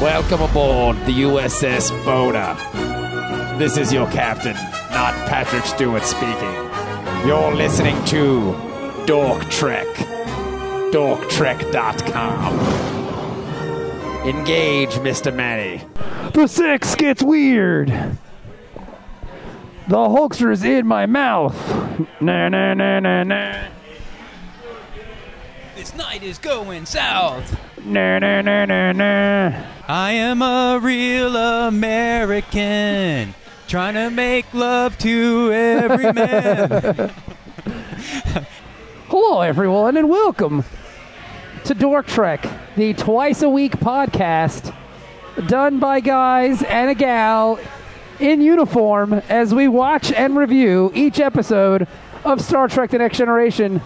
Welcome aboard the USS Boda. This is your captain, not Patrick Stewart speaking. You're listening to Dork Trek. DorkTrek.com. Engage, Mr. Manny. The sex gets weird. The Hulkster is in my mouth. Na na na na na. This night is going south. Na na na na na. I am a real American, trying to make love to every man. Hello, everyone, and welcome to Dork Trek, the twice a week podcast done by guys and a gal in uniform as we watch and review each episode of Star Trek The Next Generation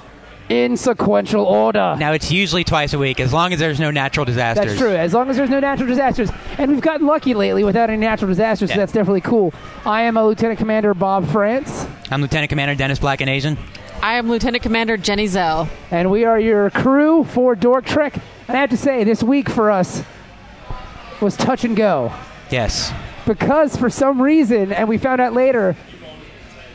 in sequential order. now it's usually twice a week, as long as there's no natural disasters. That's true. As long as there's no natural disasters, and we've gotten lucky lately without any natural disasters, so Yeah. that's definitely cool. I am a Lieutenant Commander Bob France, I'm Lieutenant Commander Dennis Black and Asian. I am Lieutenant Commander Jenny Zell. and we are your crew for Dork Trek. And I have to say, this week for us was touch and go Yes. because for some reason, and we found out later.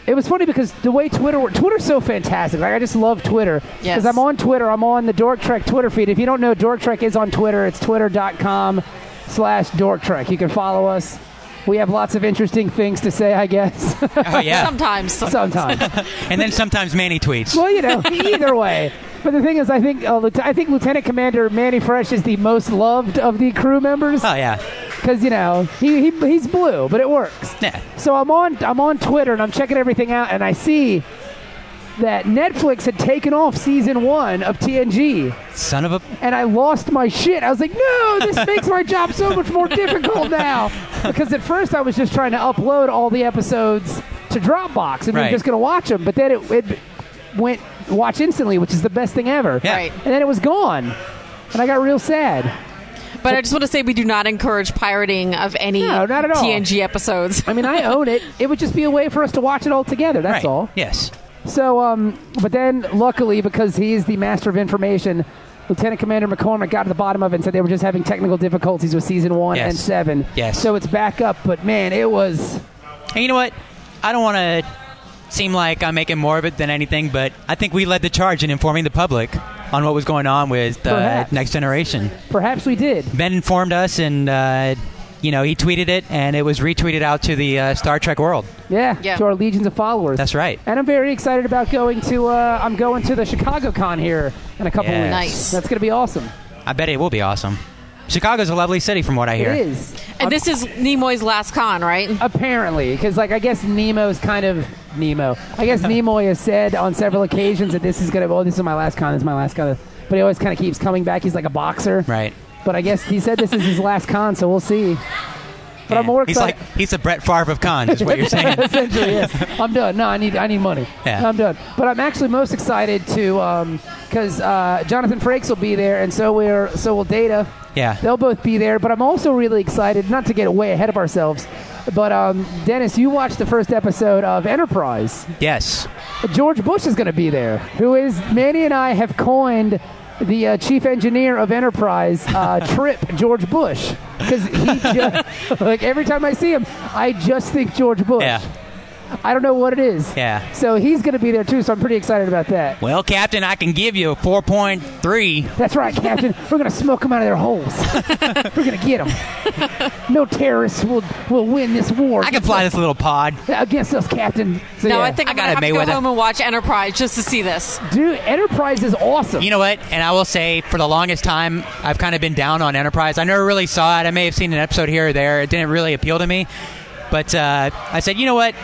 It was funny because the way Twitter wor- Twitter's so fantastic. Like I just love Twitter because Yes. I'm on Twitter. I'm on the Dork Trek Twitter feed. If you don't know, Dork Trek is on Twitter. It's twitter.com slash Dork Trek. You can follow us. We have lots of interesting things to say, I guess. Oh yeah. Sometimes. Sometimes. and then sometimes Manny tweets. Well, you know, either way. But the thing is, I think uh, Lieut- I think Lieutenant Commander Manny Fresh is the most loved of the crew members Oh yeah. because you know he, he he's blue, but it works. Yeah. So I'm on I'm on Twitter and I'm checking everything out, and I see that Netflix had taken off season one of TNG, Son of a. and I lost my shit. I was like, no, this makes my job so much more difficult now because at first I was just trying to upload all the episodes to Dropbox and we Right. we're just going to watch them, but then it, it went watch instantly, which is the best thing ever. Yeah. Right. And then it was gone. And I got real sad. But I just want to say we do not encourage pirating of any No, not at all. TNG episodes. I mean, I own it. It would just be a way for us to watch it all together. That's right. all. Yes. So, um, but then luckily, because he is the master of information, Lieutenant Commander McCormick got to the bottom of it and said they were just having technical difficulties with season one Yes. and seven. Yes. So it's back up, but man, it was. And you know what? I don't want to seem like I'm making more of it than anything, but I think we led the charge in informing the public on what was going on with the Perhaps. next generation. Perhaps we did. Ben informed us, and uh, you know he tweeted it, and it was retweeted out to the uh, Star Trek world. Yeah, Yeah. To our legions of followers. That's right. And I'm very excited about going to. Uh, I'm going to the Chicago Con here in a couple Yes. weeks. Nice. That's going to be awesome. I bet it will be awesome. Chicago's a lovely city, from what I hear. It is and this is Nimoy's last con, right? Oh, apparently because, like, I guess Nemo's kind of Nemo. I guess Nimoy has said on several occasions that this is going to. Oh, this is my last con. This is my last con. But he always kind of keeps coming back. He's like a boxer. Right. But I guess he said this is his last con, so we'll see. But I'm Yeah. more he's excited. like he's a Brett Favre of cons, is what you're saying. Essentially, yes. I'm done. No, I need I need money. Yeah. I'm done. But I'm actually most excited to because uh, Jonathan Frakes will be there, and so we're so will Data. Yeah. They'll both be there. But I'm also really excited not to get way ahead of ourselves. But um, Dennis, you watched the first episode of Enterprise. Yes. George Bush is going to be there, who is Manny and I have coined the uh, chief engineer of Enterprise, uh, Trip George Bush, because he just like every time I see him, I just think George Bush. Yeah. I don't know what it is. Yeah. So he's going to be there too. So I'm pretty excited about that. Well, Captain, I can give you a 4.3. That's right, Captain. We're going to smoke them out of their holes. We're going to get them. No terrorists will will win this war. I can fly this little pod. against us, Captain. So, No, yeah. I think I I'm got gonna it, have to Mayweather. go home and watch Enterprise just to see this. dude, Enterprise is awesome. You know what? And I will say, for the longest time, I've kind of been down on Enterprise. I never really saw it. I may have seen an episode here or there. It didn't really appeal to me. But uh, I said, you know what?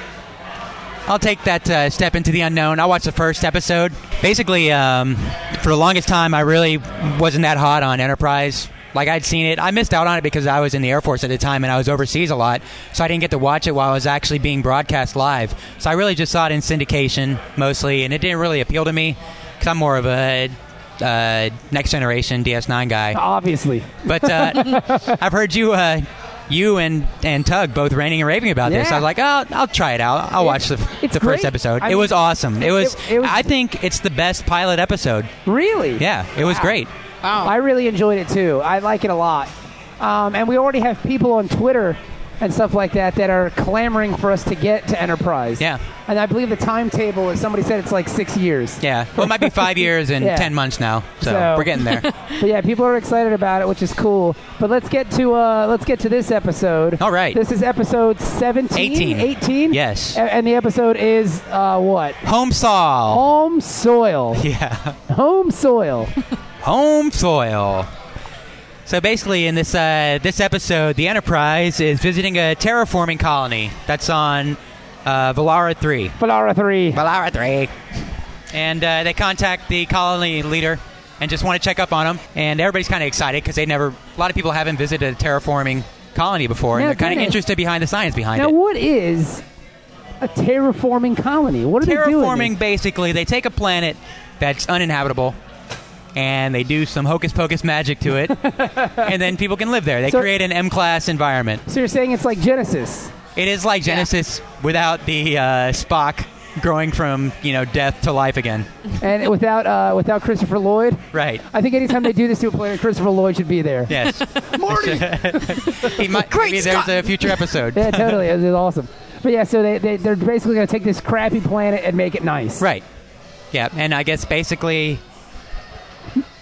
I'll take that uh, step into the unknown. I watched the first episode. Basically, um, for the longest time, I really wasn't that hot on Enterprise. Like I'd seen it, I missed out on it because I was in the Air Force at the time and I was overseas a lot, so I didn't get to watch it while it was actually being broadcast live. So I really just saw it in syndication mostly, and it didn't really appeal to me because I'm more of a uh, next generation DS9 guy. Obviously. But uh, I've heard you, uh, you and and Tug both ranting and raving about this. Yeah. I was like, oh, I'll try it out. I'll watch the, it's the great. first episode. I it was mean, awesome. It was, it was- I think it's the best pilot episode. Really? Yeah, it was great. Wow. I really enjoyed it too. I like it a lot. Um, and we already have people on Twitter and stuff like that that are clamoring for us to get to Enterprise. Yeah. And I believe the timetable is somebody said it's like six years. Yeah. Well, it might be five years and Yeah. 10 months now. So, So- we're getting there. But yeah, people are excited about it, which is cool. But let's get to uh, let's get to this episode. All right. This is episode 17? 18. 18? Yes. A- And the episode is uh, what? Home soil. Home soil. Yeah. Home soil. Home soil. So basically, in this uh, this episode, the Enterprise is visiting a terraforming colony that's on uh, Valara Three. Valara 3. Valara Three. And uh, they contact the colony leader and just want to check up on him. And everybody's kind of excited because they never. A lot of people haven't visited a terraforming colony before, Now, and they're kind of Dennis- interested behind the science behind Now, it. what is a terraforming colony? What are they doing? terraforming basically they take a planet that's uninhabitable and they do some hocus pocus magic to it and then people can live there they So- create an m class environment So you're saying it's like Genesis? it is like genesis without the uh, spock growing from you know death to life again and without uh, without Christopher Lloyd. right I think anytime they do this to a planet, Christopher Lloyd should be there. yes Morty! he might Great maybe there's Scott! a future episode Yeah, totally. It was awesome. But yeah, so they, they, they're basically going to take this crappy planet and make it nice. right yeah and i guess basically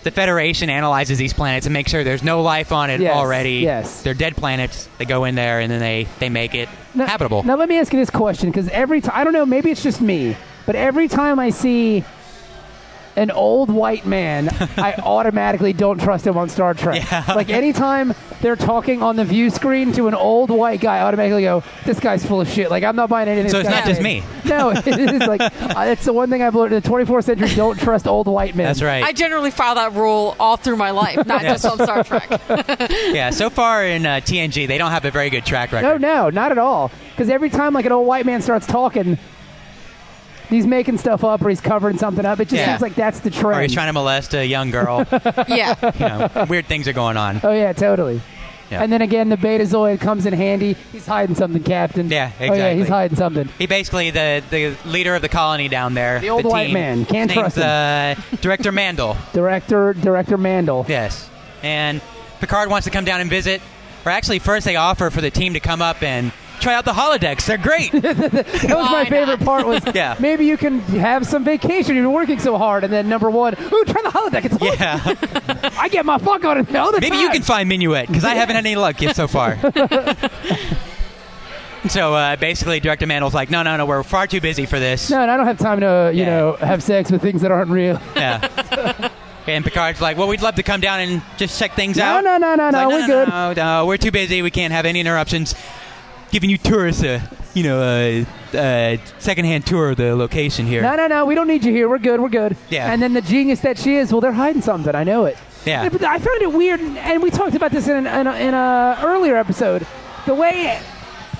the Federation analyzes these planets and makes sure there's no life on it Yes, already. yes. They're dead planets. They go in there and then they, they make it Now- habitable. Now, let me ask you this question because every time, I don't know, maybe it's just me, but every time I see an old white man, I automatically don't trust him on Star Trek. Like, anytime they're talking on the view screen to an old white guy, I automatically go, this guy's full of shit. Like, I'm not buying anything. So this it's guy not just says." me. No, it's like, uh, it's the one thing I've learned in the 24th century don't trust old white men. That's right. I generally follow that rule all through my life, not Yes. just on Star Trek. yeah, so far in uh, TNG, they don't have a very good track No, record. no, not at all. Because every time like an old white man starts talking, he's making stuff up or he's covering something up. It just Yeah. seems like that's the Or trend. he's trying to molest a young girl. you Yeah. know, weird things are going on. oh yeah, totally. Yeah. And then again, the Betazoid comes in handy. He's hiding something, Captain. Yeah, Oh yeah, he's exactly. hiding something. He basically the the leader of the colony down there. The old white team, man. Can't named, trust him. Uh, Director Mandel. Director, Director Mandel. Yes, and Picard wants to come down and visit. Or actually, first they offer for the team to come up and try out the holodecks. They're great. That was Why my not? favorite part. Was Yeah. maybe you can have some vacation. You've been working so hard, and then number one, ooh, try the holodeck. It's yeah. yeah, I get my fuck on it all the maybe time. you can find Minuet because I haven't had any luck yet so far. so uh, basically, Director Mandel's like, no, no, no, we're far too busy for this. No, and I don't have time to you Yeah. know have sex with things that aren't real. Yeah. and Picard's like, "Well, we'd love to come down and just check things No, out." no, no, no, It's no, like, we're no, good. No, no, we're too busy. We can't have any interruptions. Giving you tourists a, you know, a, a secondhand tour of the location here. No, no, no. We don't need you here. We're good. We're good. Yeah. And then the genius that she is, well, they're hiding something. I know it. Yeah. But I found it weird, and we talked about this in an, in, a, in a earlier episode. The way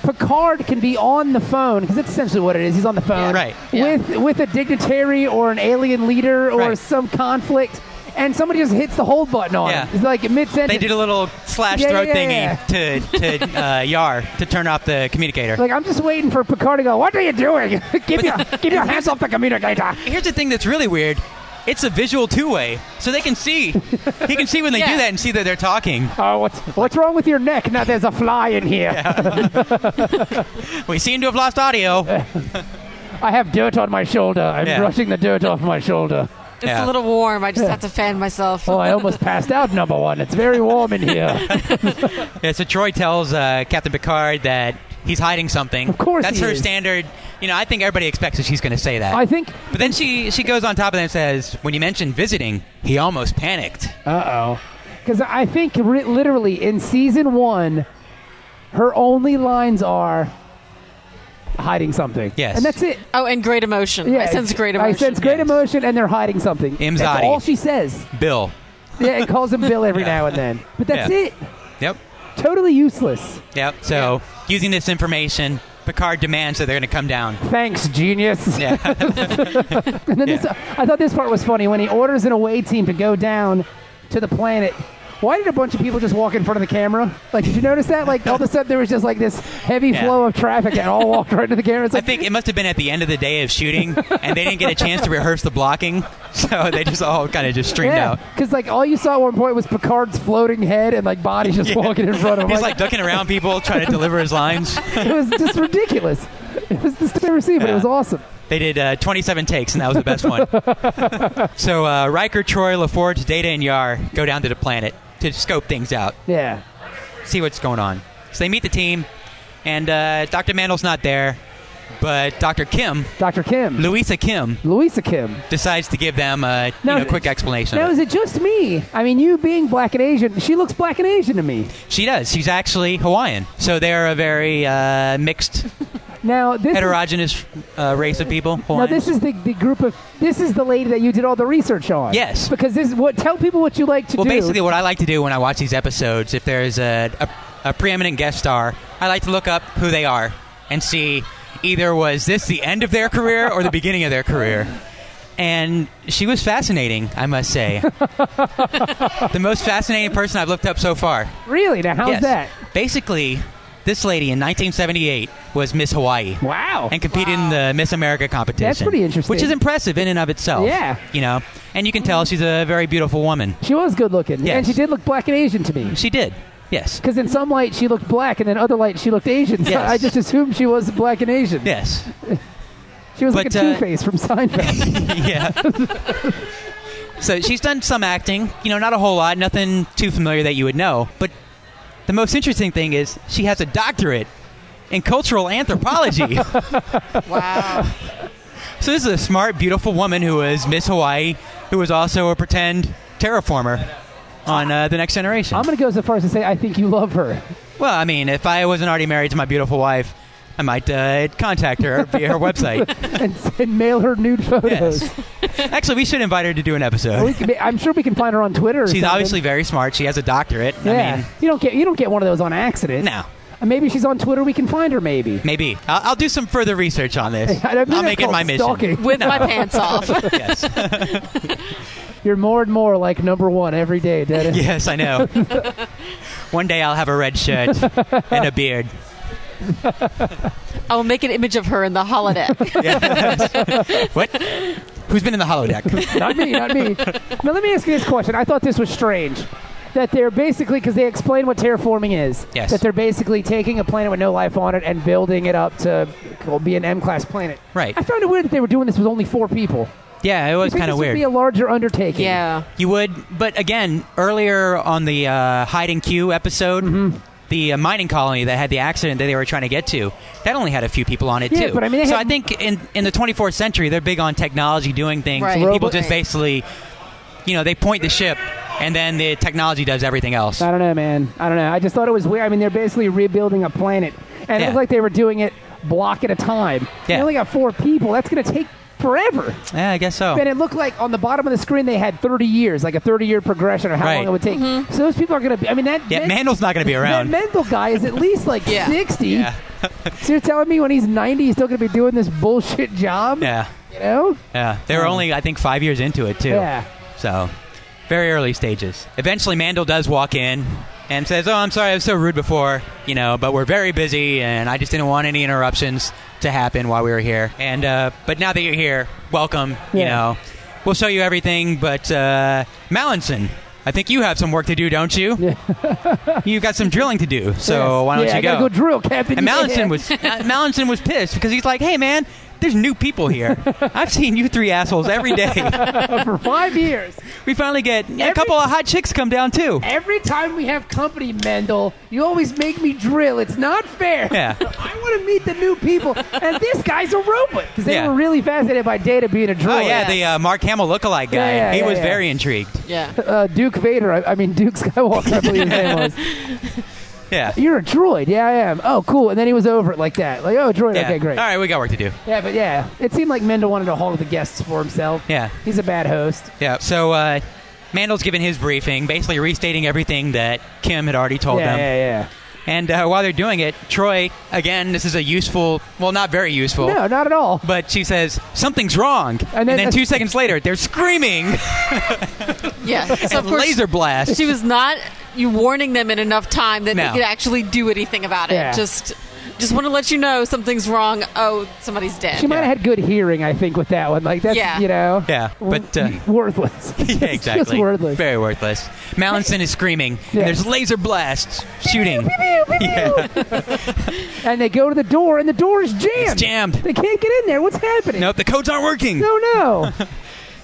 Picard can be on the phone because that's essentially what it is. He's on the phone, Yeah. Right. With with a dignitary or an alien leader or Right. some conflict, and somebody just hits the hold button on Yeah. him. It's like mid sentence. They did a little slash Yeah, throw yeah, yeah, thingy to to uh, Yar to turn off the communicator. Like I'm just waiting for Picard to go. What are you doing? give your give your hands off the communicator. Here's the thing that's really weird. It's a visual two-way, so they can see. He can see when they do Yeah. that and see that they're talking. Oh, what's what's wrong with your neck? Now there's a fly in here. We seem to have lost audio. I have dirt on my shoulder. I'm Yeah. brushing the dirt off my shoulder. It's Yeah. a little warm. I just have to fan myself. Oh, I almost passed out, number one. It's very warm in here. Yeah, so Troy tells uh, Captain Picard that he's hiding something. Of course that's he her is. standard. You know, I think everybody expects that she's going to say that. I think. but then she she goes on top of that and says, "When you mentioned visiting, he almost panicked." Uh oh. Because I think ri literally in season one, her only lines are hiding something. Yes. And that's it. Oh, and great emotion. I sense great emotion. I sense great Yes. emotion, and they're hiding something. Imzadi. That's all she says. Bill. Yeah, and calls him Bill every now and then. But that's Yeah. it. Yep. Totally useless. Yep. So using this information, Picard demands that they're going to come down. Thanks, genius. Yeah. And then Yeah. this, I thought this part was funny when he orders an away team to go down to the planet. Why did a bunch of people just walk in front of the camera? Like, did you notice that? Like, all of a sudden there was just like this heavy Yeah. flow of traffic and all walked right into the camera. It's I like, think it must have been at the end of the day of shooting, and they didn't get a chance to rehearse the blocking, so they just all kind of just streamed yeah, out. because like all you saw at one point was Picard's floating head and like bodies just walking in front of him. He's like ducking around people, trying to deliver his lines. it was just ridiculous. It was just never seen, but it Yeah. was awesome. They did uh, 27 takes, and that was the best one. so uh, Riker, Troy, LaForge, Data, and Yar go down to the planet to scope things out, Yeah, see what's going on. So they meet the team, and uh, Dr. Mandel's not there, but Dr. Kim, Dr. Kim, Louisa Kim, Louisa Kim. decides to give them a Now- you know, quick explanation. Now, of is it just me? I mean, you being black and Asian, she looks black and Asian to me. it. She does. She's actually Hawaiian, so they're a very uh, mixed, Now, this is, heterogeneous uh, race of people. now Hawaiians. this is the, the group of this is the lady that you did all the research on. Yes. because this is what tell people what you like to Well, do. basically, what I like to do when I watch these episodes, if there's a, a, a preeminent guest star, I like to look up who they are and see either was this the end of their career or the beginning of their career. And she was fascinating, I must say. the most fascinating person I've looked up so far. really, now how's yes. that? Basically, this lady in 1978 was Miss Hawaii Wow. and competed in the Miss America competition. That's pretty interesting. Which is impressive in and of itself. Yeah. You know, and you can tell she's a very beautiful woman. she was good looking, Yes. and she did look black and Asian to me. She did. Yes. Because in some light she looked black, and in other light she looked Asian. So Yes. I just assumed she was black and Asian. Yes. She was like But, a uh, Two Face from Seinfeld. yeah. so she's done some acting, you know, not a whole lot, nothing too familiar that you would know. But the most interesting thing is she has a doctorate in cultural anthropology. so Wow. this is a smart, beautiful woman who is Miss Hawaii, who is also a pretend terraformer on uh, the Next Generation. I'm going to go so far as to say I think you love her. well, I mean, if I wasn't already married to my beautiful wife, I might uh, contact her via her website. and, and mail her nude photos. Yes. Actually, we should invite her to do an episode. We can, I'm sure we can find her on Twitter. or She's something. obviously very smart. She has a doctorate. Yeah, I mean, you don't get you don't get one of those on accident. no, And maybe she's on Twitter. We can find her. Maybe. maybe I'll, I'll do some further research on this. I mean, I'll that's make it called my mission. stalking. With my pants off. Yes, You're more and more like number one every day, Dennis. yes, I know. One day I'll have a red shirt and a beard. I will make an image of her in the holodeck. Yes. what? Who's been in the holodeck? not me, not me. Now let me ask you this question. I thought this was strange. That they're basically because they explain what terraforming is. Yes. That they're basically taking a planet with no life on it and building it up to be an M-class planet. Right. I found it weird that they were doing this with only four people. Yeah, it was I think kind this of would weird. be a larger undertaking. yeah. you would, but again, earlier on the uh, hide and Q episode. Mm-hmm. The uh, mining colony that had the accident that they were trying to get to, that only had a few people on it Yeah, too. but I mean, they so had- I think in in the 24th century, they're big on technology, doing things. Right. and people Robo- just basically, you know, they point the ship, and then the technology does everything else. I don't know, man. I don't know. I just thought it was weird. I mean, they're basically rebuilding a planet, and it Yeah. looked like they were doing it block at a time. They Yeah. only got four people. That's going to take forever. Yeah, I guess so. And it looked like on the bottom of the screen they had 30 years, like a 30-year progression of how Right. long it would take. So those people are going to be. I mean, that Yeah, men- Mandel's not going to be that around. mental guy is at least like Yeah. 60. yeah, So you're telling me when he's 90, he's still going to be doing this bullshit job? yeah, You know? yeah. They were only, I think, five years into it too. Yeah. So, very early stages. Eventually, Mandel does walk in and says, "Oh, I'm sorry, I was so rude before, you know, but we're very busy, and I just didn't want any interruptions to happen while we were here. And uh, but now that you're here, welcome. You Yeah. know, we'll show you everything. But uh, Mallinson." I think you have some work to do, don't you? You've got some drilling to do, so why don't yeah, you I gotta go drill, Captain. And Yeah. Mallinson was uh, Mallinson was pissed because he's like, "Hey, man, there's new people here. I've seen you three assholes every day. for five years. We finally get a Every- couple of hot chicks come down too." Every time we have company, Mendel, you always make me drill. It's not fair. Yeah. I want to meet the new people, and this guy's a robot because they Yeah. were really fascinated by Data being a driller. Oh yeah, the uh, Mark Hamill lookalike guy. Yeah, yeah, he yeah, was yeah. very intrigued. Yeah. uh, Duke Vader. I, I mean Duke Skywalker. I believe his name was. Yeah. You're a droid. Yeah, I am. Oh, cool. And then he was over it like that. Like, oh, droid. yeah. Okay, great. All right, we got work to do. Yeah, but yeah, it seemed like Mendel wanted to hold the guests for himself. Yeah. He's a bad host. Yeah. So uh, Mandel's given his briefing, basically restating everything that Kim had already told yeah, them. yeah, yeah. And uh, while they're doing it, Troy, again, this is a useful, well, not very useful. No, not at all. But she says, something's wrong. And And then, then- two seconds later, they're screaming. Yeah. So of and course, laser blast. she was not you warning them in enough time that No. they could actually do anything about it. Yeah. Just just want to let you know something's wrong. Oh, somebody's dead. She might have had good hearing, I think, with that one. Like that's Yeah. you know, Yeah, but, uh, worthless. It's yeah, exactly. Just worthless. Very worthless. Mallinson is screaming. Yeah. And there's laser blasts shooting. Yeah. And they go to the door, and the door is jammed. It's jammed. They can't get in there. What's happening? Nope, the codes aren't working. No, no.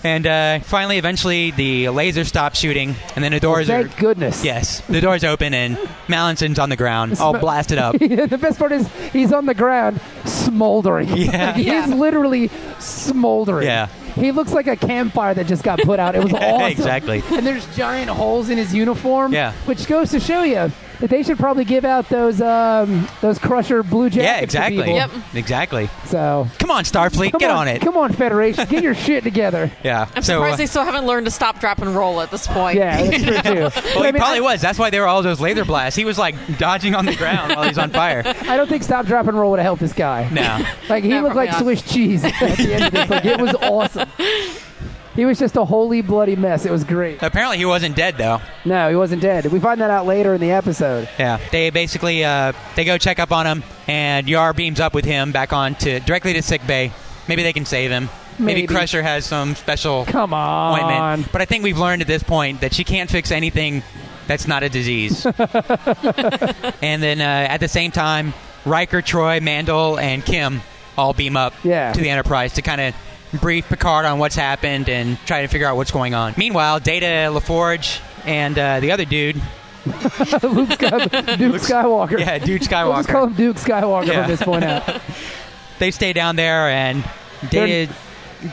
And uh, finally, eventually, the laser stops shooting, and then the doors are. Oh, Thank goodness. Yes, the doors open, and Mallinson's on the ground, all blasted up. the best part is he's on the ground smoldering. Yeah. Like, he is Yeah. literally smoldering. Yeah. He looks like a campfire that just got put out. It was awesome. exactly. And there's giant holes in his uniform. Yeah. Which goes to show you that they should probably give out those um, those Crusher blue jackets. Yeah, to exactly. people. Yep. Exactly. So Come on, Starfleet, come get on, it. Come on, Federation, get your shit together. Yeah. I'm so, surprised uh, they still haven't learned to stop, drop, and roll at this point. Yeah, that's true too. But well, I he mean, probably I- was. That's why they were all those laser blasts. He was like dodging on the ground while he's on fire. I don't think stop, drop, and roll would have helped this guy. No. Like he No, looked probably like not. Swiss cheese at the end of this. Like it was awesome. He was just a holy bloody mess. It was great. Apparently, he wasn't dead though. No, he wasn't dead. We find that out later in the episode. Yeah. They basically uh, they go check up on him, and Yar beams up with him back on to directly to sick bay. Maybe they can save him. Maybe. Crusher has some special Come on. ointment. But I think we've learned at this point that she can't fix anything that's not a disease. and then uh, at the same time, Riker, Troy, Mandel, and Kim all beam up Yeah. to the Enterprise to kind of brief Picard on what's happened and try to figure out what's going on. Meanwhile, Data, LaForge, and uh, the other dude, Luke, Sky- Duke Skywalker. yeah, dude We'll just call Skywalker, him Duke Skywalker Yeah. from this point out. they stay down there and Data.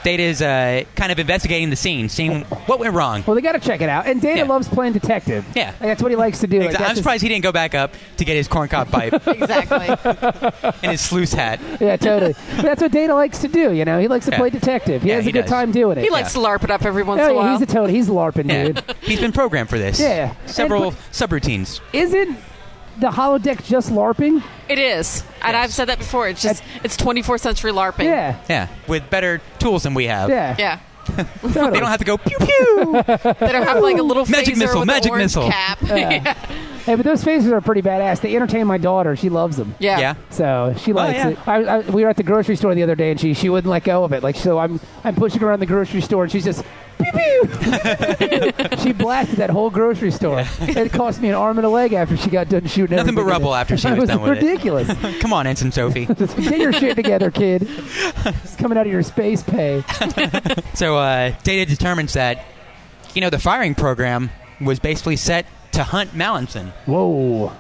Data's uh, kind of investigating the scene, seeing what went wrong. Well, they got to check it out. And Data Yeah. loves playing detective. Yeah. Like, that's what he likes to do. Like, Exa- that's I'm his- surprised he didn't go back up to get his corncob pipe Exactly. and his sluice hat. yeah, totally. But that's what Data likes to do. You know, he likes to Yeah. play detective. He Yeah, has he a good does. time doing it. He likes to LARP it up every once Oh, in a yeah, while. he's a toad. He's larping, dude. He's been programmed for this. Yeah. Several And subroutines. Isn't the holodeck just larping? it is. And I've said that before. It's just, it's 24th century LARPing. Yeah. Yeah. With better tools than we have. Yeah. Yeah. Totally. They don't have to go pew pew. They don't have like a little Magic phaser missile, with an magic orange missile. cap. Hey, but those phasers are pretty badass. They entertain my daughter. She loves them. Yeah. yeah. So she likes Oh, yeah. it. I, I, we were at the grocery store the other day, and she she wouldn't let go of it. Like so, I'm I'm pushing her around the grocery store, and she's just. pew, pew. she blasted that whole grocery store. It cost me an arm and a leg after she got done shooting. Nothing but everything in rubble it. after she It was done with it. ridiculous. Come on, Ensign Sophie. Just get your shit together, kid. It's coming out of your space pay. so uh, Data determines that, you know, the firing program was basically set to hunt Mallinson. Whoa,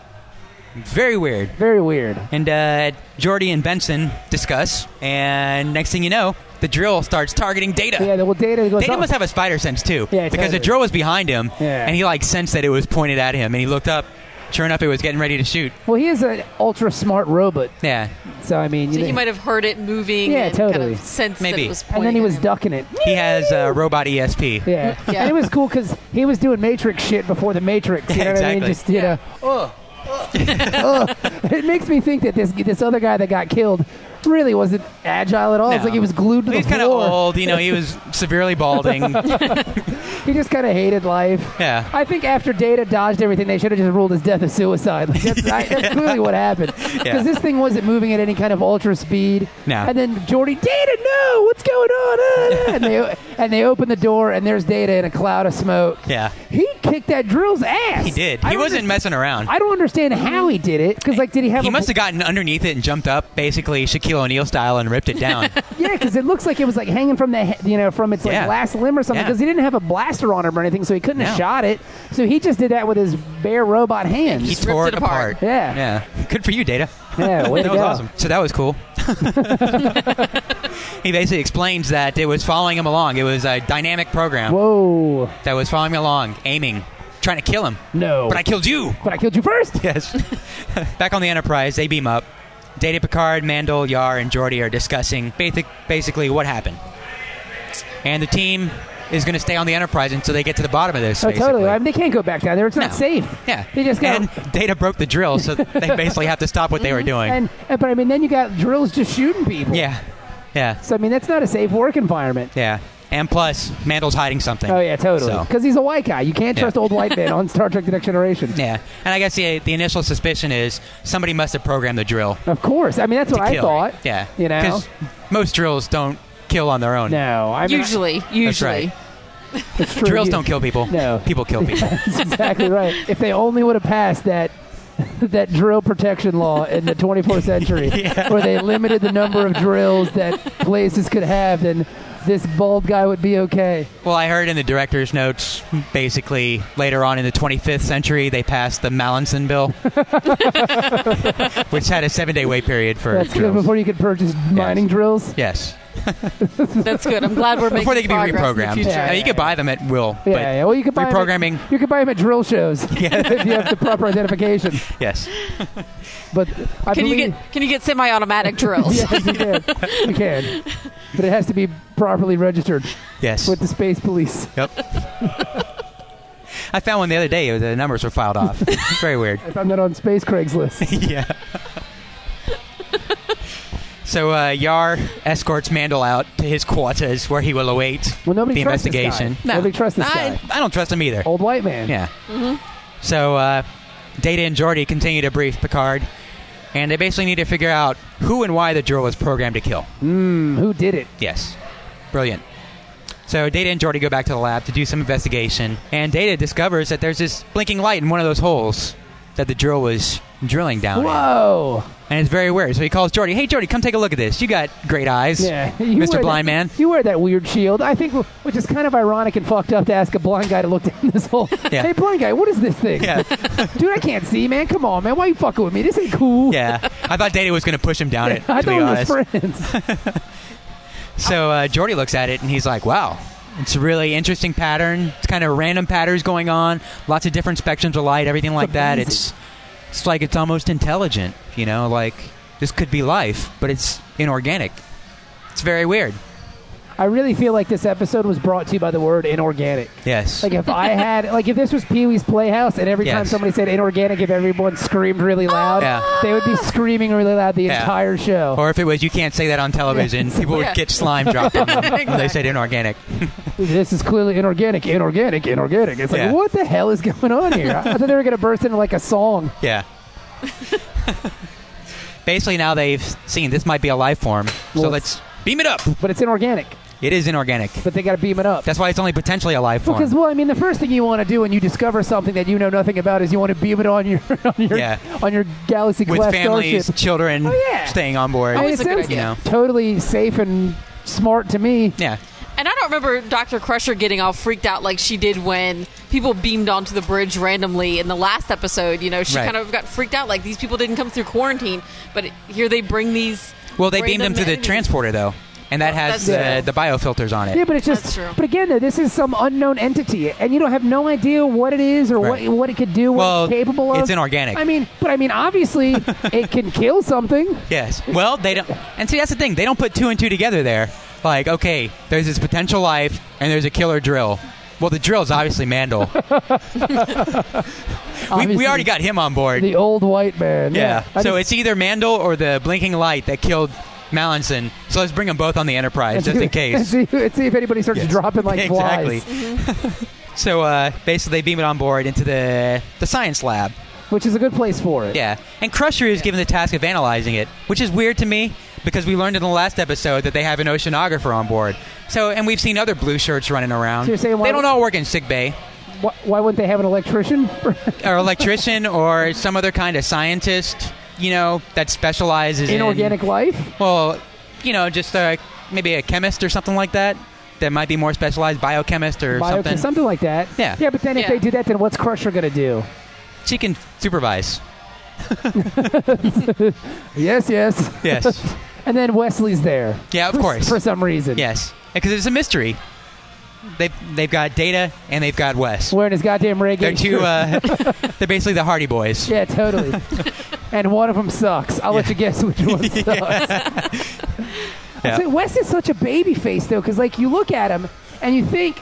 Very weird. very weird. And uh, Jordy and Benson discuss, and next thing you know, the drill starts targeting Data. Yeah, the well, data goes. Data "Oh, must have a spider sense too, Yeah, because the totally. drill was behind him, Yeah. and he like sensed that it was pointed at him, and he looked up. Sure enough, it was getting ready to shoot. Well, he is an ultra smart robot, Yeah, so I mean, So you he might have heard it moving. Yeah, and totally. Kind of sensed that Maybe. it was and then pointing he at was him. ducking it. he has uh, robot ESP. Yeah. Yeah. And it was cool because he was doing Matrix shit before the Matrix. You know Yeah, Oh. what I mean? exactly. Just, you know, ugh. it makes me think that this this other guy that got killed really wasn't agile at all. It's No. like he was glued to He's the kind of floor. old, you know. He was severely balding. He just kind of hated life. Yeah. I think after Data dodged everything, they should have just ruled his death as suicide. Like, that's, I, that's clearly what happened. Because Yeah. this thing wasn't moving at any kind of ultra speed. No. And then Jordy, Data, no, what's going on? Ah, ah," and they and they open the door, and there's Data in a cloud of smoke. Yeah. He kicked that drill's ass. He did. I He don't wasn't under- messing around. I don't understand how he did it. Because like, did he have? He a, must have gotten underneath it and jumped up, basically Shaquille O'Neal style, and ripped it down. Yeah, because it looks like it was like hanging from the he- you know from its like Yeah. last limb or something. Yeah. Because he didn't have a blaster on him or anything, so he couldn't have No. shot it. So he just did that with his bare robot hands. he Just tore it ripped it apart. apart. Yeah. Yeah. Good for you, Data. yeah, way to that was go. awesome. So that was cool. he basically explains that it was following him along. It was a dynamic program Whoa, that was following me along, aiming, trying to kill him. no! But I killed you. but I killed you first. Yes. Back on the Enterprise, they beam up. Data Picard, Mandel, Yar, and Geordi are discussing basic, basically what happened. And the team is going to stay on the Enterprise until they get to the bottom of this. Oh, basically. totally. I mean, they can't go back down there. It's not No. safe. Yeah. They just got. and Data broke the drill, so they basically have to stop what they were doing. And, and- but I mean, then you got drills just shooting people. yeah, yeah, So I mean, that's not a safe work environment. yeah. And plus, Mandel's hiding something. Oh yeah, totally. So- Because he's a white guy. You can't Yeah. trust old white men on Star Trek: The Next Generation. yeah, and I guess the the initial suspicion is somebody must have programmed the drill Of course. I mean, that's to what I kill. thought. Yeah, You know? 'Cause most drills don't kill on their own. No, I mean, usually, usually. right. it's true. Drills You- don't kill people. No. people kill people. That's exactly right. If they only would have passed that that drill protection law in the 24th century, where they limited the number of drills that places could have, then this bald guy would be okay. Well, I heard in the director's notes, basically later on in the 25th century, they passed the Mallinson bill, which had a seven-day wait period for That's good. drills. Before you could purchase mining drills. yes, That's good. I'm glad we're making before they could be progress in the reprogrammed. future. Yeah, Now, you could buy them at will. Yeah, but yeah. Well, you could buy 'em at- reprogramming. you could buy them at drill shows Yeah. if you have the proper identification. yes. But I Can you believe, get can you get semi-automatic drills? Yes, you can. you can. But it has to be properly registered Yes. with the space police. yep. I found one the other day. The numbers were filed off. Very weird. I found that on Space Craigslist. yeah. so uh, Yar escorts Mandel out to his quarters, where he will await Well, nobody the trusts this guy. investigation. Nobody trusts this I, guy. I don't trust him either. Old white man. Yeah. Mm-hmm. So uh, Data and Geordi continue to brief Picard, and they basically need to figure out who and why the drill was programmed to kill. Hmm, Who did it? Yes. Brilliant. So Data and Geordi go back to the lab to do some investigation, and Data discovers that there's this blinking light in one of those holes that the drill was drilling down in. Whoa. And it's very weird. So he calls Jordy. Hey, Jordy, come take a look at this. You got great eyes, Yeah. You wear Mr. that- Blind Man. You wear that weird shield. I think, which is kind of ironic and fucked up to ask a blind guy to look down this hole. Yeah. Hey, blind guy, what is this thing? Yeah, Dude, I can't see, man. Come on, man. Why you fucking with me? This ain't cool. yeah. I thought Data was going to push him down it. I To thought be we honest. were friends. So uh, Jordy looks at it and he's like, "Wow, it's a really interesting pattern. It's kind of random patterns going on. Lots of different spectrums of light, everything like that. It's amazing. it's like it's almost intelligent. You know, like this could be life, but it's inorganic. It's very weird. I really feel like this episode was brought to you by the word inorganic. Yes. Like if I had, like if this was Pee Wee's Playhouse, and every time Yes. somebody said inorganic, if everyone screamed really loud, Yeah. they would be screaming really loud the Yeah. entire show. or if it was, you can't say that on television. People would Yeah. get slime dropped on them when they said inorganic. this is clearly inorganic, inorganic, inorganic. It's like Yeah. what the hell is going on here? I thought they were gonna burst into like a song. Yeah. Basically, now they've seen this might be a life form, so Well, let's beam it up. But it's inorganic. It is inorganic. But they got to beam it up. That's why it's only potentially a life form. because well, I mean, the first thing you want to do when you discover something that you know nothing about is you want to beam it on your on your Yeah. on your galaxy With class families, starship. children Oh, yeah. staying on board. I mean, it Always a good sounds idea. You know. totally safe and smart to me. Yeah. And I don't remember Dr. Crusher getting all freaked out like she did when people beamed onto the bridge randomly in the last episode. You know, she Right. kind of got freaked out like these people didn't come through quarantine, but here they bring these. Well, they beamed them to random the enemies. transporter, though, and that has the, That's- the biofilters on it. Yeah, but it's just. That's true. But again, though, this is some unknown entity, and you don't have no idea what it is or Right. what what it could do, what Well, it's capable of. it's inorganic. I mean, but I mean, obviously, it can kill something. Yes. Well, they don't. And see, that's the thing. They don't put two and two together there. Like, okay, there's this potential life, and there's a killer drill. Well, the drill's obviously Mandel. we, we Obviously. already got him on board. The old white man. Yeah. I So just- it's either Mandel or the blinking light that killed Mallinson. So let's bring them both on the Enterprise just in and case. see, and see if anybody starts dropping like exactly. flies, so uh, basically, they beam it on board into the the science lab. which is a good place for it. Yeah. And Crusher is given the task of analyzing it, which is weird to me because we learned in the last episode that they have an oceanographer on board. So, and we've seen other blue shirts running around. So you're saying why- they don't all work in sick bay. Why, why wouldn't they have an electrician? or electrician or some other kind of scientist, you know, that specializes Inorganic life. in well, you know, just uh, maybe a chemist or something like that. That might be more specialized, biochemist or Bio- something. something like that. Yeah. Yeah, but then if Yeah. they do that, then what's Crusher going to do? She can supervise. Yes, yes. Yes. And then Wesley's there. Yeah, of For- course. For some reason. yes. Because it's a mystery. They've they've got Data and they've got Wes. Wearing his goddamn reggae. They're two. shirt. Uh, they're basically the Hardy Boys. Yeah, totally. and one of them sucks. I'll let Yeah. you guess which one sucks. Yeah. So Wes is such a baby face though, because like you look at him and you think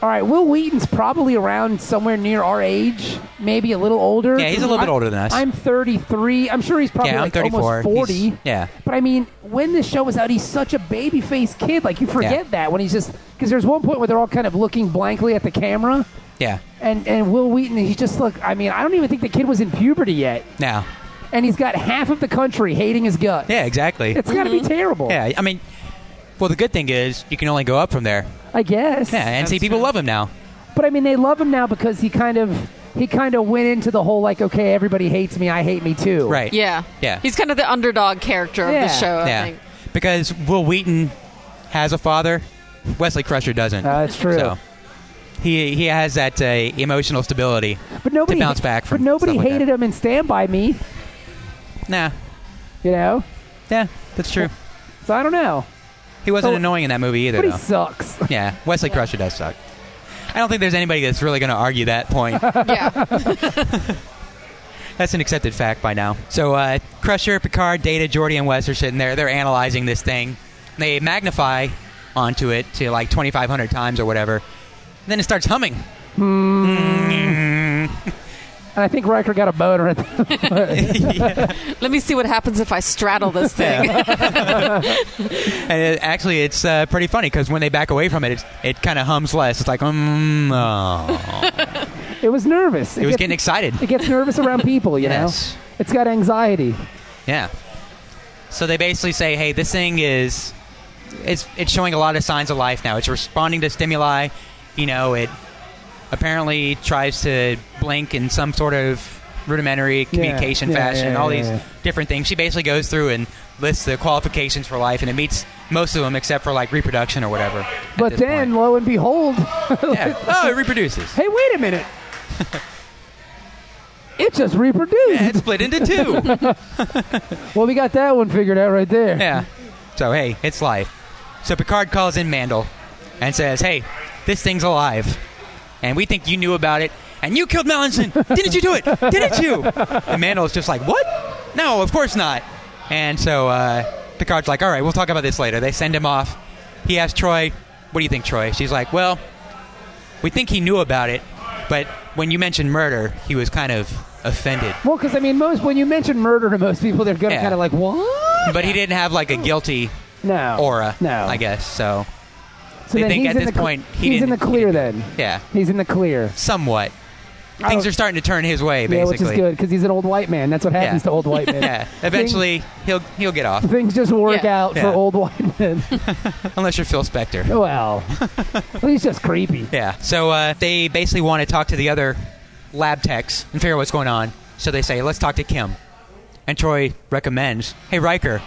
All right, Will Wheaton's probably around somewhere near our age, maybe a little older. Yeah, he's a little bit I- older than us. I'm 33. I'm sure he's probably yeah, like I'm 34. almost 40. He's- yeah. But I mean, when this show was out, he's such a baby faced kid. Like you forget Yeah. that when he's just because there's one point where they're all kind of looking blankly at the camera, Yeah. and and Will Wheaton, he's just look. I mean, I don't even think the kid was in puberty yet, Now. and he's got half of the country hating his guts. Yeah, exactly. It's got to be terrible. yeah, I mean, well, the good thing is you can only go up from there. I guess. Yeah, and see, people love him now. But I mean, they love him now because he kind of he kind of went into the whole like, okay, everybody hates me, I hate me too. Right. Yeah. Yeah. He's kind of the underdog character of the Yeah. show, I yeah. think. Because Will Wheaton has a father, Wesley Crusher doesn't. Uh, that's true. So he he has that uh, emotional stability. But nobody bounce back from But nobody stuff like hated that. him in Stand by Me. Nah. You know. Yeah, that's true. So I don't know. He wasn't So- annoying in that movie either, But he though. sucks. Yeah, Wesley Crusher does suck. I don't think there's anybody that's really going to argue that point. Yeah. that's an accepted fact by now. So uh, Crusher, Picard, Data, Jordy, and Wes are sitting there. They're analyzing this thing. They magnify onto it to like 2,500 times or whatever. then it starts humming. And I think Riker got a boner. At the, Let me see what happens if I straddle this thing. And it, actually, it's uh, pretty funny because when they back away from it, it's, it kind of hums less. It's like, mm, oh. it was nervous. it was gets- getting excited. It gets nervous around people. You Yes. know. It's got anxiety. Yeah. So they basically say, hey, this thing is, it's it's showing a lot of signs of life now. It's responding to stimuli. You know, it apparently tries to blink in some sort of rudimentary communication yeah, fashion. yeah, all yeah, these yeah. different things. She basically goes through and lists the qualifications for life, and it meets most of them except for like reproduction or whatever. at But this then, point. lo and behold, yeah. oh, it reproduces. hey, wait a minute. It just reproduced. It's split into two. Well, we got that one figured out right there. Yeah. So hey, it's life. So Picard calls in Mandel and says, "Hey, this thing's alive, and we think you knew about it, and you killed Melanson. Didn't you do it? Didn't you?" And Mandel's just like, "What? No, of course not." And so uh, Picard's like, "All right, we'll talk about this later." They send him off. He asks Troy, "What do you think, Troy?" She's like, "Well, we think he knew about it, but when you mentioned murder, he was kind of offended." Well, because I mean, most when you mention murder to most people, they're gonna Yeah. kind of like what? But he didn't have like a guilty No. aura, No. I guess. So So They then think he's at in this the cl- point, he he's in the didn't- clear. Then yeah. he's in the clear. somewhat. Things Oh. are starting to turn his way, Yeah, which basically. is good because he's an old white man. That's what happens to old white men. Yeah, eventually he'll he'll get off, Things just work Yeah. out Yeah. for old white men. unless you're Phil Spector. well, he's just creepy. Yeah. So uh, they basically want to talk to the other lab techs and figure out what's going on. So they say, let's talk to Kim. And Troy recommends, hey Riker,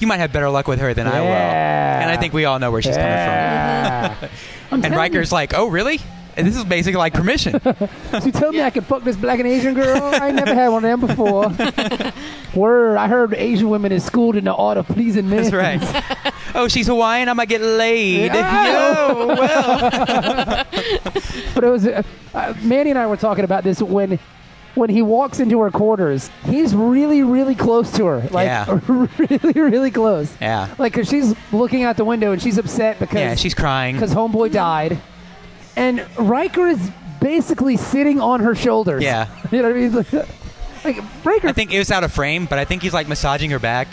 you might have better luck with her than I will. Yeah. And I think we all know where she's Yeah. coming from. And Riker's like, oh really? And this is basically like permission. So you tell me I can fuck this black and Asian girl? I ain't never had one of them before. Word, I heard Asian women is schooled in the art of pleasing men. That's right. oh, she's Hawaiian. I might get laid. Oh. Yo, well. But it was uh, uh, Manny and I were talking about this when when he walks into her quarters, he's really really close to her, like Yeah. really really close. Yeah. Like 'cause she's looking out the window and she's upset because Yeah, she's crying. because homeboy died, and Riker is basically sitting on her shoulders. Yeah. you know what I mean. Like, Like Riker. I think it was out of frame, but I think he's like massaging her back,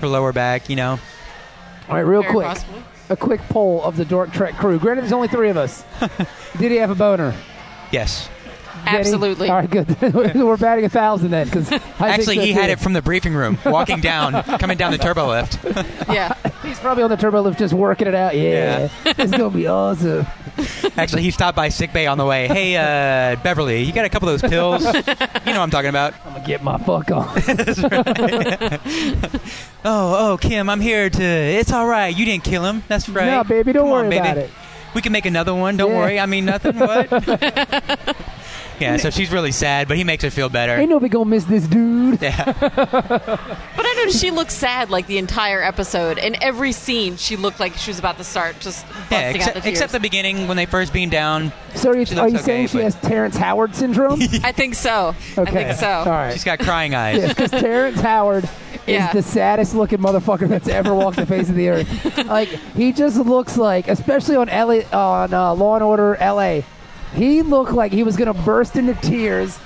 her lower back, you know. All right, real Very quick, possibly. a quick poll of the Dork Trek crew. Granted, there's only three of us. Did he have a boner? Yes. Did he? Absolutely. All right, good. We're batting a thousand then, because Actually, he had it from the briefing room, walking down, coming down the turbo lift. Yeah. He's probably on the turbo lift just working it out. Yeah. it's going to be awesome. Actually, he stopped by sick bay on the way. Hey, uh, Beverly, you got a couple of those pills? You know what I'm talking about. I'm going to get my fuck on. Oh, oh, Kim, I'm here to. It's all right. You didn't kill him. That's right. No, baby, don't Come on, worry about baby. it. We can make another one. Don't Yeah. worry. I mean, nothing. What? yeah. So she's really sad, but he makes her feel better. Ain't nobody going to miss this dude. Yeah. But I noticed she looked sad like the entire episode. In every scene, she looked like she was about to start just busting yeah out the except, tears. except the beginning when they first beam down. So are you, She are looks you okay, saying she but- has Terrence Howard syndrome? I think so. Okay. I think so. All right. She's got crying eyes. Yes, because Terrence Howard Yeah. is the saddest looking motherfucker that's ever walked the face of the earth. Like he just looks like, especially on LA, on uh, Law and Order L.A. He looked like he was gonna burst into tears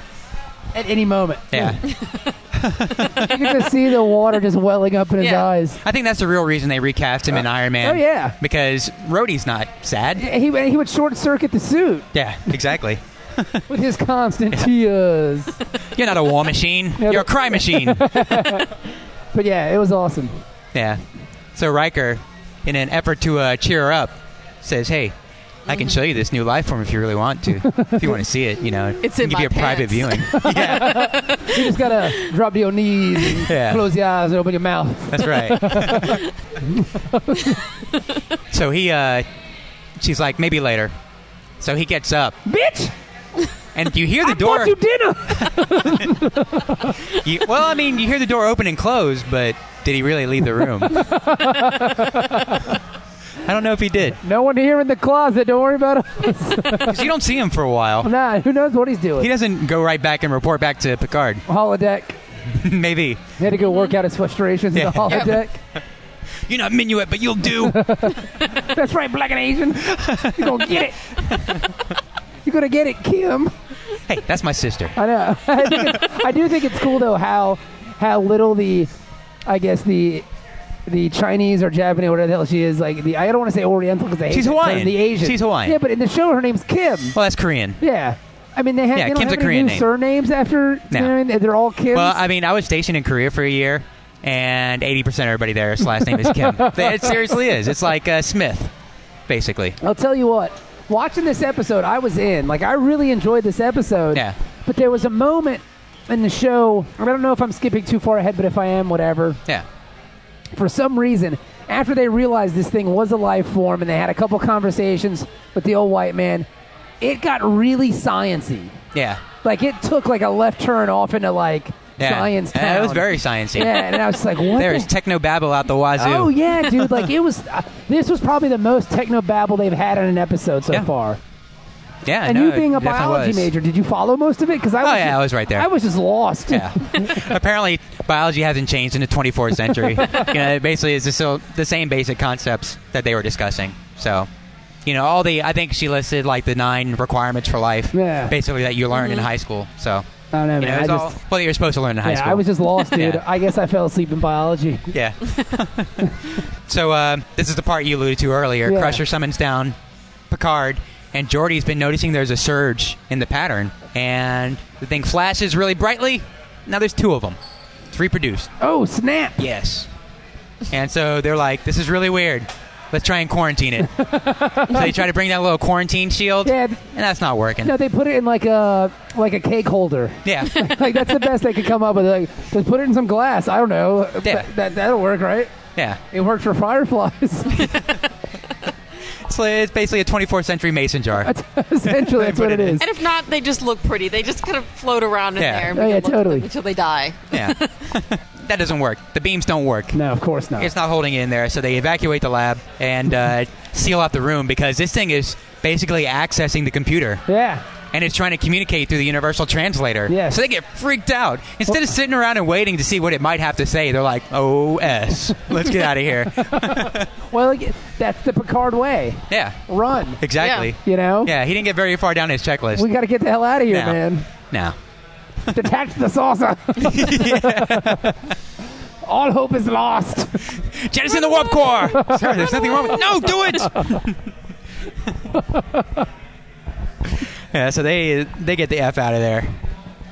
at any moment. Yeah. You could just see the water just welling up in his Yeah. eyes. I think that's the real reason they recast him in Iron Man. oh, yeah. Because Rhodey's not sad. He he would short circuit the suit Yeah, exactly. with his constant tears. You're not a war machine. Yeah, You're a but- cry machine. But yeah, it was awesome. yeah. So Riker, in an effort to uh, cheer her up, says, "Hey, I can show you this new life form if you really want to. if you want to see it, you know, It's I can in give my you a private pants." viewing. yeah, You just gotta drop to your knees, and Yeah. close your eyes, and open your mouth. that's right. so he, uh, she's like, maybe later. So he gets up, Bitch, and you hear the I door. bought you dinner. You, well, I mean, you hear the door open and close, but did he really leave the room? I don't know if he did. No one here in the closet. Don't worry about it. 'Cause you don't see him for a while. nah, who knows what he's doing? He doesn't go right back and report back to Picard. holodeck. Maybe. He had to go work out his frustrations Yeah. in the holodeck. You're not Minuet, but you'll do. That's right, black and Asian. You're gonna get it. You're gonna get it, Kim. hey, that's my sister. I know. I, think it's- I do think it's cool though how how little the, I guess the. The Chinese or Japanese, whatever the hell she is, like the I don't want to say Oriental because She's Hawaiian. The Asian. She's Hawaiian. Yeah, but in the show, her name's Kim. Well, that's Korean. Yeah. I mean, they, have, Yeah, they don't Kim's have a any Korean new name. surnames after. No. You know what I mean? They're all Kims. Well, I mean, I was stationed in Korea for a year, and 80% of everybody there's last name is Kim. it seriously is. It's like uh, Smith, basically. I'll tell you what. Watching this episode, I was in. Like, I really enjoyed this episode. Yeah. But there was a moment in the show. I don't know if I'm skipping too far ahead, but if I am, whatever. Yeah. For some reason, after they realized this thing was a life form and they had a couple conversations with the old white man, it got really sciency. Yeah. Like, it took like a left turn off into like yeah. science. Yeah, Town. It was very sciencey. Yeah, and I was like, what? There the is techno babble out the wazoo. Oh yeah, dude! Like it was. Uh, this was probably the most techno babble they've had in an episode so Yeah. far. Yeah, And no, you being it a definitely biology was. major, did you follow most of it? Because I Oh was yeah, just, I was right there. I was just lost. Yeah. Apparently, biology hasn't changed in the 24th century. you know, it basically, it's still the same basic concepts that they were discussing. So, you know, all the I think she listed like the nine requirements for life, Yeah. Mm-hmm. basically that you learn in high school. So, I don't know, you man. know, I it's all just, well you're supposed to learn in high yeah, school. I was just lost, dude. Yeah. I guess I fell asleep in biology. yeah. so uh, this is the part you alluded to earlier. Yeah. Crusher summons down Picard, and Geordi's been noticing there's a surge in the pattern, and the thing flashes really brightly. Now there's two of them. It's reproduced. Oh snap! Yes. And so they're like, this is really weird. Let's try and quarantine it. so they try to bring that little quarantine shield, Yeah. and that's not working. No, they put it in like a like a cake holder. Yeah. like that's the best they could come up with. Like, just put it in some glass. I don't know. Yeah. That, that will work, right? Yeah. It worked for fireflies. So it's basically a 24th century mason jar. Essentially, that's what it is. And if not, they just look pretty. They just kind of float around in Yeah. there and Oh, we yeah, can look at them totally. until they die. Yeah. that doesn't work. The beams don't work. No, of course not. It's not holding it in there, so they evacuate the lab and uh, seal off the room because this thing is basically accessing the computer. yeah. and it's trying to communicate through the universal translator. Yes. So they get freaked out. Instead of sitting around and waiting to see what it might have to say, they're like, "Oh, s, let's get out of here." Well, like, that's the Picard way. yeah, Run. exactly. Yeah. You know? he didn't get very far down his checklist. We got to get the hell out of here, No. man. no. Detach the saucer. All hope is lost. Jettison the warp core. Sorry, there's nothing wrong with. No, do it. yeah, so they they get the f out of there,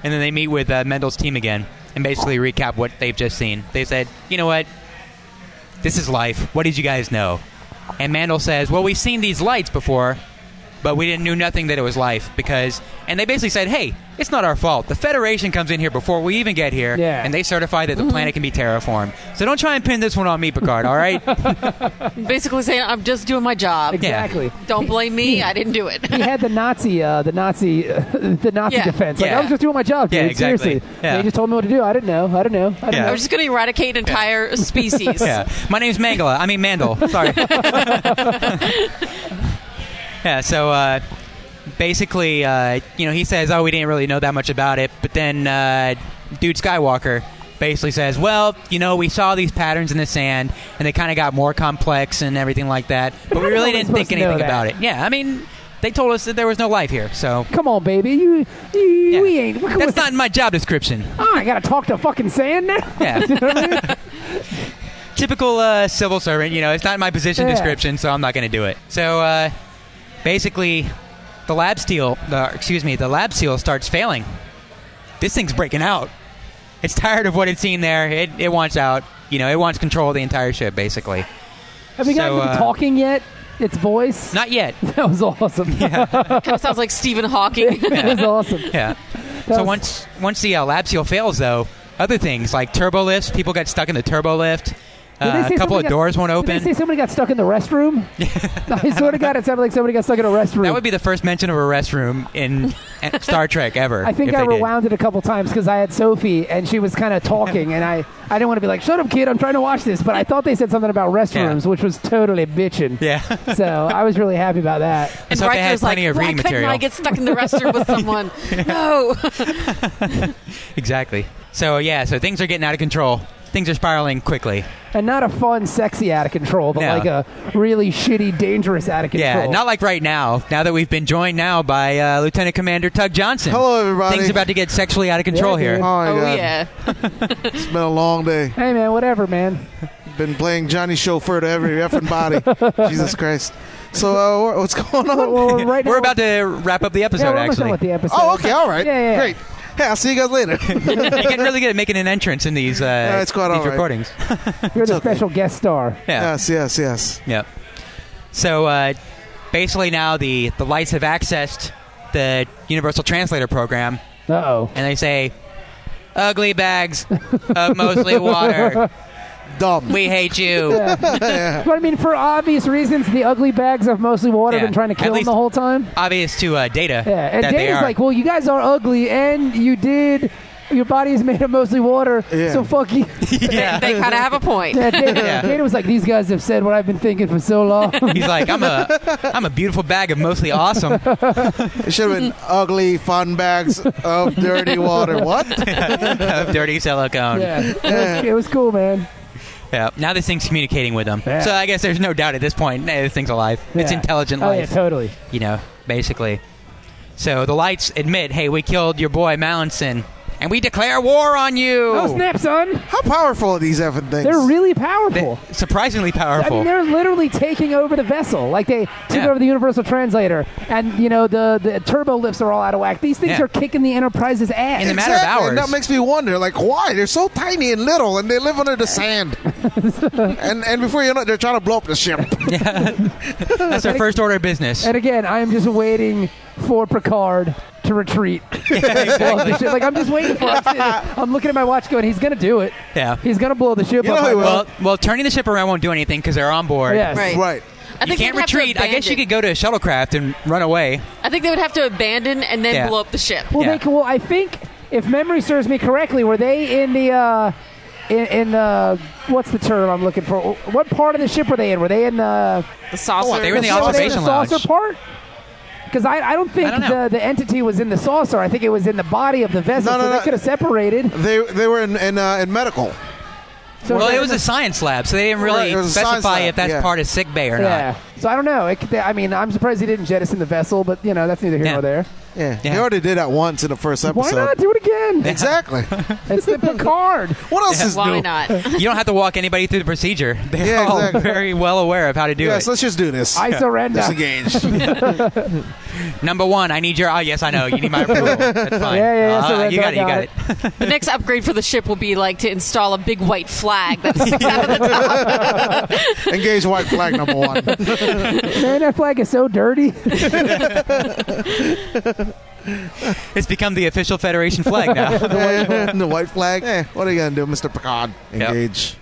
and then they meet with uh, Mendel's team again and basically recap what they've just seen. They said, you know what, this is life. What did you guys know? And Mandel says, well, we've seen these lights before. But we didn't knew nothing that it was life because, and they basically said, "Hey, it's not our fault. The Federation comes in here before we even get here, Yeah. and they certify that the planet can be terraformed. So don't try and pin this one on me, Picard. All right? Basically saying, I'm just doing my job. Exactly. Don't blame me. I didn't do it. He had the Nazi, uh, the Nazi, the Nazi Yeah. defense. Like Yeah. I was just doing my job, dude. Yeah, exactly. Seriously, Yeah. they just told me what to do. I didn't know. I don't know. I don't Yeah. I know. was just going to eradicate an entire species. Yeah. My name's Mangala. I mean Mandel. Sorry. yeah. So uh, basically, uh, you know, he says, "Oh, we didn't really know that much about it," but then uh, dude Skywalker basically says, well, you know, we saw these patterns in the sand, and they kind of got more complex and everything like that, but we really Nobody's didn't think supposed to know anything that. about it. Yeah, I mean, they told us that there was no life here, so. Come on, baby. You, you, yeah. we ain't. we- That's not in my job description. Oh, I gotta talk to fucking sand now. Yeah. Typical uh, civil servant, you know, it's not in my position Yeah. description, so I'm not going to do it. So uh, basically, the lab steel, the, excuse me, the lab seal starts failing. This thing's breaking out. It's tired of what it's seen there. It, it wants out. You know, it wants control of the entire ship, basically. Have we gotten So, to uh, the talking yet? Its voice. Not yet. That was awesome. Kind of sounds like Stephen Hawking. that was awesome. Yeah. That so was- once once the uh, lab seal fails, though, other things like turbo lifts, people got stuck in the turbo lift. Did they Uh, say a couple somebody of got- doors won't Did open. they say somebody got stuck in the restroom? I swear to God, it sounded like somebody got stuck in a restroom. That would be the first mention of a restroom in uh, Star Trek ever. I think if I they did. rewound it a couple times because I had Sophie and she was kind of talking, and I, I didn't want to be like, shut up, kid, I'm trying to watch this. But I thought they said something about restrooms, which was totally bitching. Yeah. So I was really happy about that. And so they had Riker's like, plenty of why reading couldn't material. Oh I get stuck in the restroom with someone? No. exactly. So yeah, so things are getting out of control. Things are spiraling quickly. And not a fun, sexy out of control, but No. like a really shitty, dangerous out of control. Yeah, not like right now. Now that we've been joined now by uh, Lieutenant Commander Tug Johnson. Hello, everybody. Things about to get sexually out of control Yeah, here. dude. Oh, my oh God. yeah. It's been a long day. Hey, man, whatever, man. Been playing Johnny Chauffeur to every effing body. Jesus Christ. So, uh, wh- what's going on? Well, right We're now, about to wrap up the episode. yeah, we're almost done actually, with the episode. Oh, okay. All right. Yeah, yeah, yeah. Great. Hey, I'll see you guys later. you can really get making an entrance in these uh, it's quite these all right. recordings. You're the okay. special guest star. yeah. Yes, yes, yes. Yep. So uh, basically, now the the lights have accessed the Universal Translator program, Uh oh. and they say, "Ugly bags of mostly water. Dumb. We hate you." But I mean, for obvious reasons, the ugly bags have mostly water Uh. Yeah, been trying to at kill him least- the whole time. Obvious to uh, Data Yeah, and that they Data's are. like, well, you guys are ugly, and you did. Your body is made of mostly water, Yeah. so fuck you. yeah. They kind of have a point. Yeah, Data, Yeah. Data was like, these guys have said what I've been thinking for so long. He's like, I'm a, I'm a beautiful bag of mostly awesome. It should have been ugly fun bags of dirty water. What? of dirty silicone. yeah, it was, it was cool, man. Yeah. Now this thing's communicating with them. Yeah. So I guess there's no doubt at this point. eh, this thing's alive. It's Yeah. intelligent Oh life. yeah, totally. you know, basically. So the lights admit, hey, we killed your boy Mallinson, and we declare war on you. Oh snap, son! How powerful are these effing things? They're really They- powerful. surprisingly I powerful. mean, they're literally taking over the vessel. Like they took Yeah. over the Universal Translator, and you know the the turbo lifts are all out of whack. These things Yeah. are kicking the Enterprise's ass. In a matter of Exactly, and hours. that makes me wonder, like, why they're so tiny and little, and they live under the sand. and and before you know, it, they're trying to blow up the ship. That's their first order of business. And again, I am just waiting for Picard to retreat. Blow up the ship. Like I'm just waiting for. it. I'm, sitting- I'm looking at my watch, going, "He's gonna do it. Yeah. He's gonna blow the ship You know up." he I- will. Well, well, turning the ship around won't do anything because they're on board. Yes. Right. right. I You think can't they'd have to retreat. I guess you abandon- could go to a shuttlecraft and run away. I think they would have to abandon and then Yeah. blow up the ship. Well, yeah. they, well, I think if memory serves me correctly, were they in the uh, in, in the what's the term I'm looking for? What part of the ship were they in? Were they in the The saucer. Oh, they were in the were they in observation the saucer lounge. part? Because I, I don't think don't know. the, the entity was in the saucer. I think it was in the body of the vessel. No, no, so they no. could have separated. They they were in in, uh, in medical. So Well, they- it was a science lab, so they didn't really Right, it was a science specify lab, if that's yeah. part of sick bay or Yeah. So I don't know. It, could- I mean, I'm surprised he didn't jettison the vessel, but you know that's neither here Yeah. nor there. Yeah. Yeah. they already did that once in the first episode. Why not do it again? Exactly. it's the Picard. what else is Why new? not? not. You don't have to walk anybody through the procedure. They're Yeah, all exactly. very well aware of how to do Yes, it. let's just do this. I surrender. Let's engage. Number one, I need your. Oh, yes, I know. You need my approval. That's fine. Yeah, yeah, yeah, Uh, surrender, you got I it. You got it. got it. The next upgrade for the ship will be like to install a big white flag that sticks out of the top. engage white flag number one. Man, that flag is so dirty. It's become the official Federation flag now. the white flag. Eh, what are you gonna do, Mr. Picard? Yep. Engage.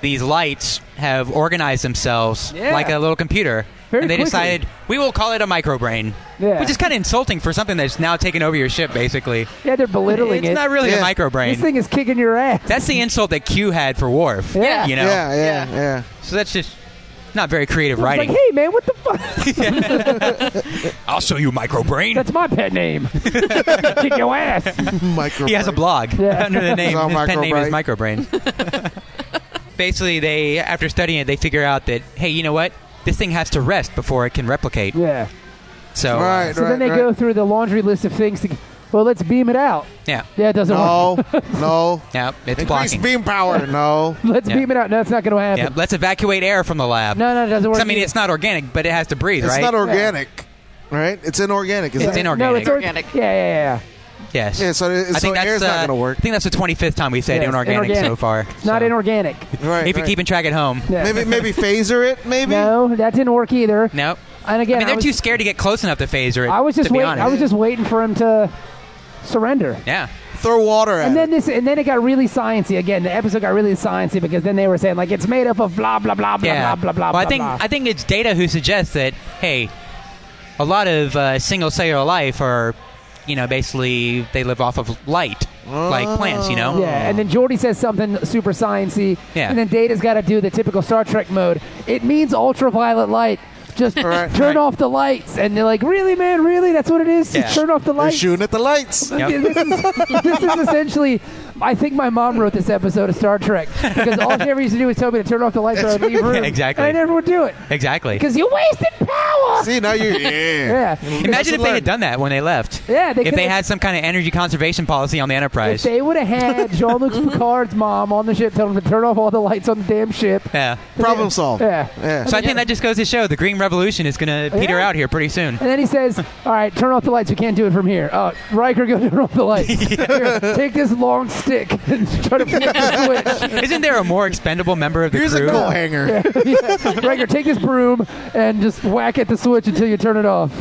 These lights have organized themselves Yeah. like a little computer. Very and they quickly. decided we will call it a microbrain, Yeah. which is kind of insulting for something that's now taken over your ship, basically. yeah, they're belittling It's it. not really Yeah. a microbrain. This thing is kicking your ass. that's the insult that Q had for Worf. Yeah. You know, Yeah, yeah, yeah. so that's just Not very creative I was writing. like, hey, man, what the fuck? I'll show you microbrain. That's my pet name. Kick your ass. Micro. He has a blog Yeah. under the name. It's all His pen name is Microbrain. Basically, they after studying it, they figure out that hey, you know what? This thing has to rest before it can replicate. Yeah. So uh, Right. So then they right. go through the laundry list of things to. Well, let's beam it out. yeah, Yeah, it doesn't work. No, no. yeah, it's Increase blocking. beam power. No. Let's Yeah. beam it out. No, it's not going to happen. Yeah, let's evacuate air from the lab. No, no, it doesn't work. I mean, either. it's not organic, but it has to breathe, It's right? not organic, right? It's inorganic. Is It's that- inorganic. No, it's Organic. Yeah, yeah, yeah. yes. Yeah, so, it- I so think that's air's uh, not going to work. I think that's the 25th time we've said Yes, inorganic, so inorganic. far. It's not So, inorganic. Right. If you're right. keeping track at home. Yeah. maybe maybe phaser it. Maybe. No, that didn't work either. No. And again, I mean, they're was, too scared to get close enough to phaser it. I was just to be waiting. honest. I was just waiting for him to surrender. Yeah. Throw water at And it. then this, and then it got really sciency again. The episode got really sciency because then they were saying like it's made up of blah blah blah blah yeah. blah blah blah. well, I think blah. I think it's data who suggests that hey, a lot of uh, single cellular life are, you know, basically they live off of light, like plants. You know. Oh. yeah, and then Jordy says something super sciency. Yeah. And then Data's got to do the typical Star Trek mode. It means ultraviolet light. Just Right. turn off the lights, and they're like, "Really, man? Really? That's what it is? Just Yeah. turn off the They're lights." shooting at the lights. Yep. this, is, this is essentially. I think my mom wrote this episode of Star Trek because all she ever used to do was tell me to turn off the lights or I'd leave room. exactly. And I never would do it Exactly. because you wasted power. See now you. yeah. Yeah. Mm-hmm. Imagine if they had learned. done that when they left. Yeah, they if they could've- had some kind of energy conservation policy on the If Enterprise. they would have had Jean-Luc Mm-hmm. Picard's mom on the ship telling him to turn off all the lights on the damn ship. yeah. Problem Oh. solved. Yeah. Yeah. So I think that just goes to show the Green Revolution is going to peter Yeah. out here pretty soon. And then he says, "All right, turn off the lights. We can't do it from here." Uh, Riker, go turn off the lights. Here, take this long stick and try to flip the switch. Isn't there a more expendable member of the Here's a crew? coat hanger. Riker, take this broom and just whack at the switch until you turn it off.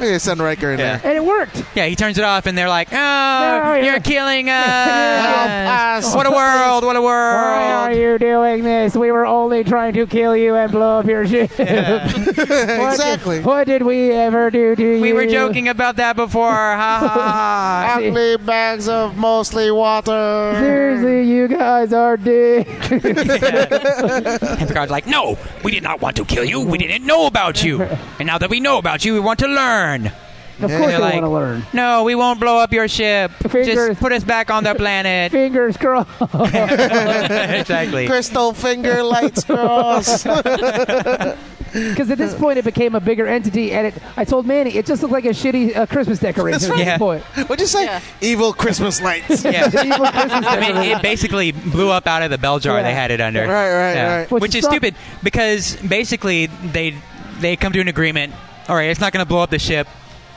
Yeah, send Riker in Yeah. there. And it worked. Yeah, he turns it off, and they're like, "Oh, yeah. you're killing us! us. What a world! What a Why world!" are you doing this? We were only trying to kill you and blow up your ship. What- exactly. What did we ever do to you? We were joking about that before. Ha ha ha! Ugly bags of mostly water. Seriously, you guys are dick. And Picard's like, "No, we did not want to kill you. We didn't know about you. And now that we know about you, we want to learn. Of course, Yeah. they They're like- want to learn. No, we won't blow up your ship. Fingers. Just put us back on the planet." Fingers crossed. exactly. Crystal finger lights cross. Because at this point, it became a bigger entity, and it, I told Manny it just looked like a shitty uh, Christmas decoration at right. this Yeah. point. What'd you say? Yeah. Evil Christmas lights. Yeah. Evil Christmas I mean, it basically blew up out of the bell jar Yeah. they had it under. Right, right, right. Which Which, is is suck- stupid because basically they they come to an agreement. All right, it's not going to blow up the ship,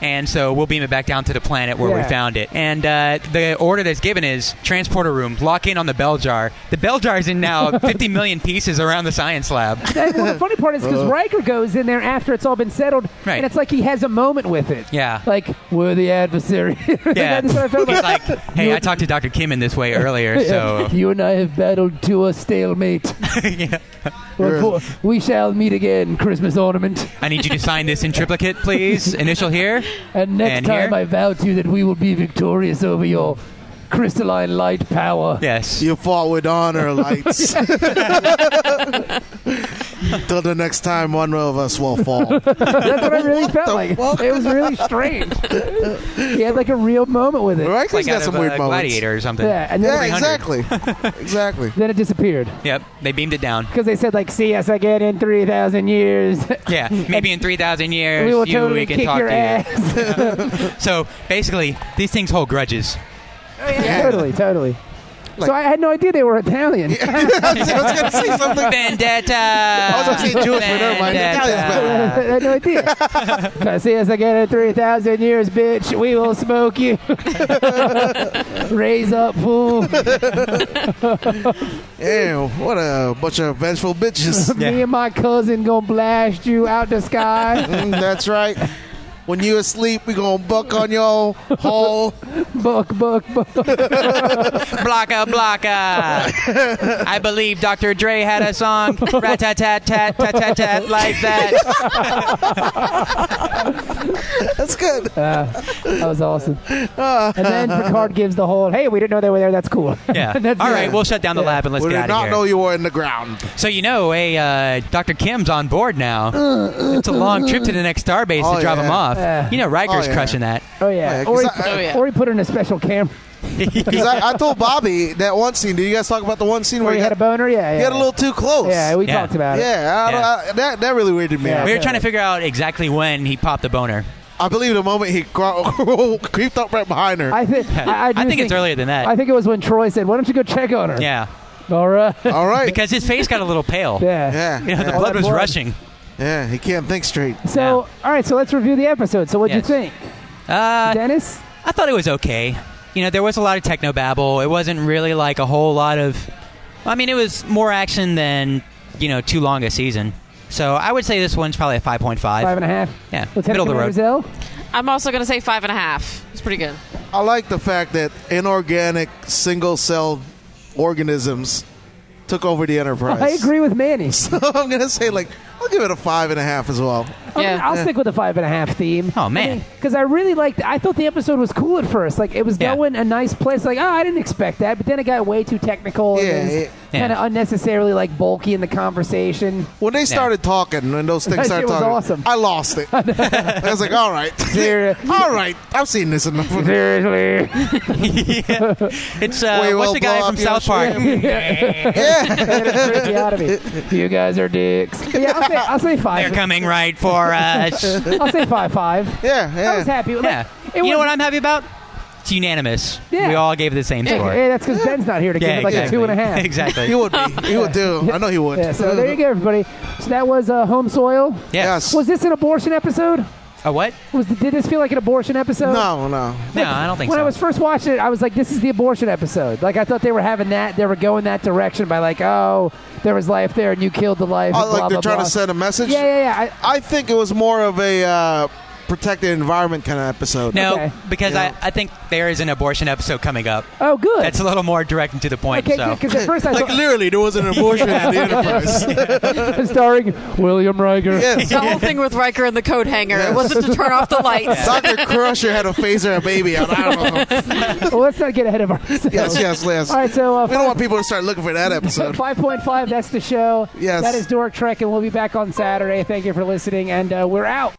and so we'll beam it back down to the planet where Yeah. we found it. And uh, the order that's given is transporter room, lock in on the bell jar. The bell jar is in now 50 million pieces around the science lab. And, well, the funny part is because Riker goes in there after it's all been settled, Uh. Right. and it's like he has a moment with it. Yeah. like we're the adversary. Yeah, that's what I he's felt like. like, "Hey, I talked to Dr. Kim in this way earlier, so You and I have battled to a stalemate. yeah. Unfor- we shall meet again, Christmas ornament. I need you to sign this in triplicate, please. Initial here. And next And time here? I vow to you that we will be victorious over your crystalline light power. Yes. You fought with honor, lights. Till the next time, one of us will fall. That's what I really felt like. It was really strange. he had like a real moment with it. Riker's like got out some of, weird uh, moments. Gladiator or something. Yeah, and then, Yeah, 300. exactly. exactly. then it disappeared Yep, they beamed it down. because they said like, "See us again in three thousand years. Yeah, maybe in 3,000 years we will you totally we can kick talk your to ass." you. So basically, these things hold grudges. totally, totally. Like- so I had no idea they were Italian. I was going to say something. Vendetta! I was going to say Jewish, but never mind. Italian's I had no idea. See us again in 3,000 years, bitch. We will smoke you. Raise up, fool. better. Ew, what a bunch of vengeful bitches. Yeah. Me and my cousin gonna blast you out the sky. Mm, that's right. When you asleep, we gonna buck on your hole. Book, book, book. Blocka, blocka. I believe Dr. Dre had a song, rat tat tat tat tat tat tat, like that. That's good. That was awesome. And then Picard gives the whole, hey, we didn't know they were there. That's cool. Yeah. That's All it. right, we'll shut down the lab and let's we get out did of not here. know you were in the ground. So you know, a uh, Dr. Kim's on board Uh, now. it's a long trip to the next starbase Oh, to drop yeah. him off. Yeah. You know, Riker's Oh, yeah. crushing that. Oh, yeah. Yeah, or, 'cause he, I- Oh, yeah. or he put in a special camera. Because I, I told Bobby that one scene. Did you guys talk about the one scene Where where he you had a boner? Yeah. yeah. You got a little too close. Yeah, we Yeah. talked about it. Yeah, I, Yeah. I- that that really weirded me Yeah. out. We were trying to figure out exactly when he popped the boner. I believe the moment he cro- creeped up right behind her. I, thi- I, I, do think, it's earlier than that. I think it was when Troy said, why don't you go check on her? yeah, All right. All right. because his face got a little pale. yeah. yeah, You know, the yeah. blood was blood. rushing. Yeah, he can't think straight. So, Yeah. all right, so let's review the episode. So, what'd Yes. you think? Uh, Dennis? I thought it was okay. You know, there was a lot of techno babble. It wasn't really like a whole lot of. I mean, it was more action than you know too long a season. So I would say this one's probably a five point Five five. and a half? Yeah, middle Lieutenant of the Commander road. Zell? I'm also going to say five and a half. It's pretty good. I like the fact that inorganic single cell organisms took over the Enterprise. I agree with Manny. I'm gonna say like I'll give it a five and a half as well. I mean, Yeah. I'll stick with the five and a half theme. Oh, man. because I really liked. I thought the episode was cool at first. Like it was Yeah. going a nice place. Like oh, I didn't expect that, but then it got way too technical. Yeah, and it- Yeah. kind of unnecessarily like bulky in the conversation. When they started talking, when those That things started shit was awesome. talking, I lost it. I was like, all right, Ser- all right, I've seen this enough. Seriously, yeah. It's uh, We what's will the guy blow from up your South Park? freaked me out of it. You guys are dicks. But yeah, I'll say, I'll say They're five. coming right for us. I'll say five five. Yeah, yeah. I was happy. Like, Yeah. it you was, know what I'm happy about? It's unanimous. Yeah. We all gave the same score. Hey, that's because Ben's not here to give it like exactly. a two and a half. He exactly. would be. He would do. I know he would. Yeah, so there you go, everybody. So that was uh, home soil. Yes. Was this an abortion episode? A what? Was did this feel like an abortion episode? No, no. No, I don't think When so. I was first watching it, I was like, "This is the abortion episode." Like I thought they were having that, they were going that direction by like, "Oh, there was life there, and you killed the life." Oh, and like blah, they're blah, trying blah. to send a message. Yeah, yeah, yeah. I, I think it was more of a uh, protected environment kind of episode. no, Okay. because Yeah. I, I think there is an abortion episode coming up. oh, good. That's a little more direct and to the point. okay, so. because at first I Like thought literally, there was an abortion in the Enterprise. starring William Riker. Yes. The whole thing with Riker and the coat hanger Yeah. it wasn't to turn off the lights. Doctor Crusher had a phaser and a baby out. I don't know. Well, let's not get ahead of ourselves. Yes, yes, yes. All right, so uh, We don't want people to start looking for that episode. Five point five. That's the show. Yes. That is Dork Trek, and we'll be back on Saturday. Thank you for listening, and uh, we're out.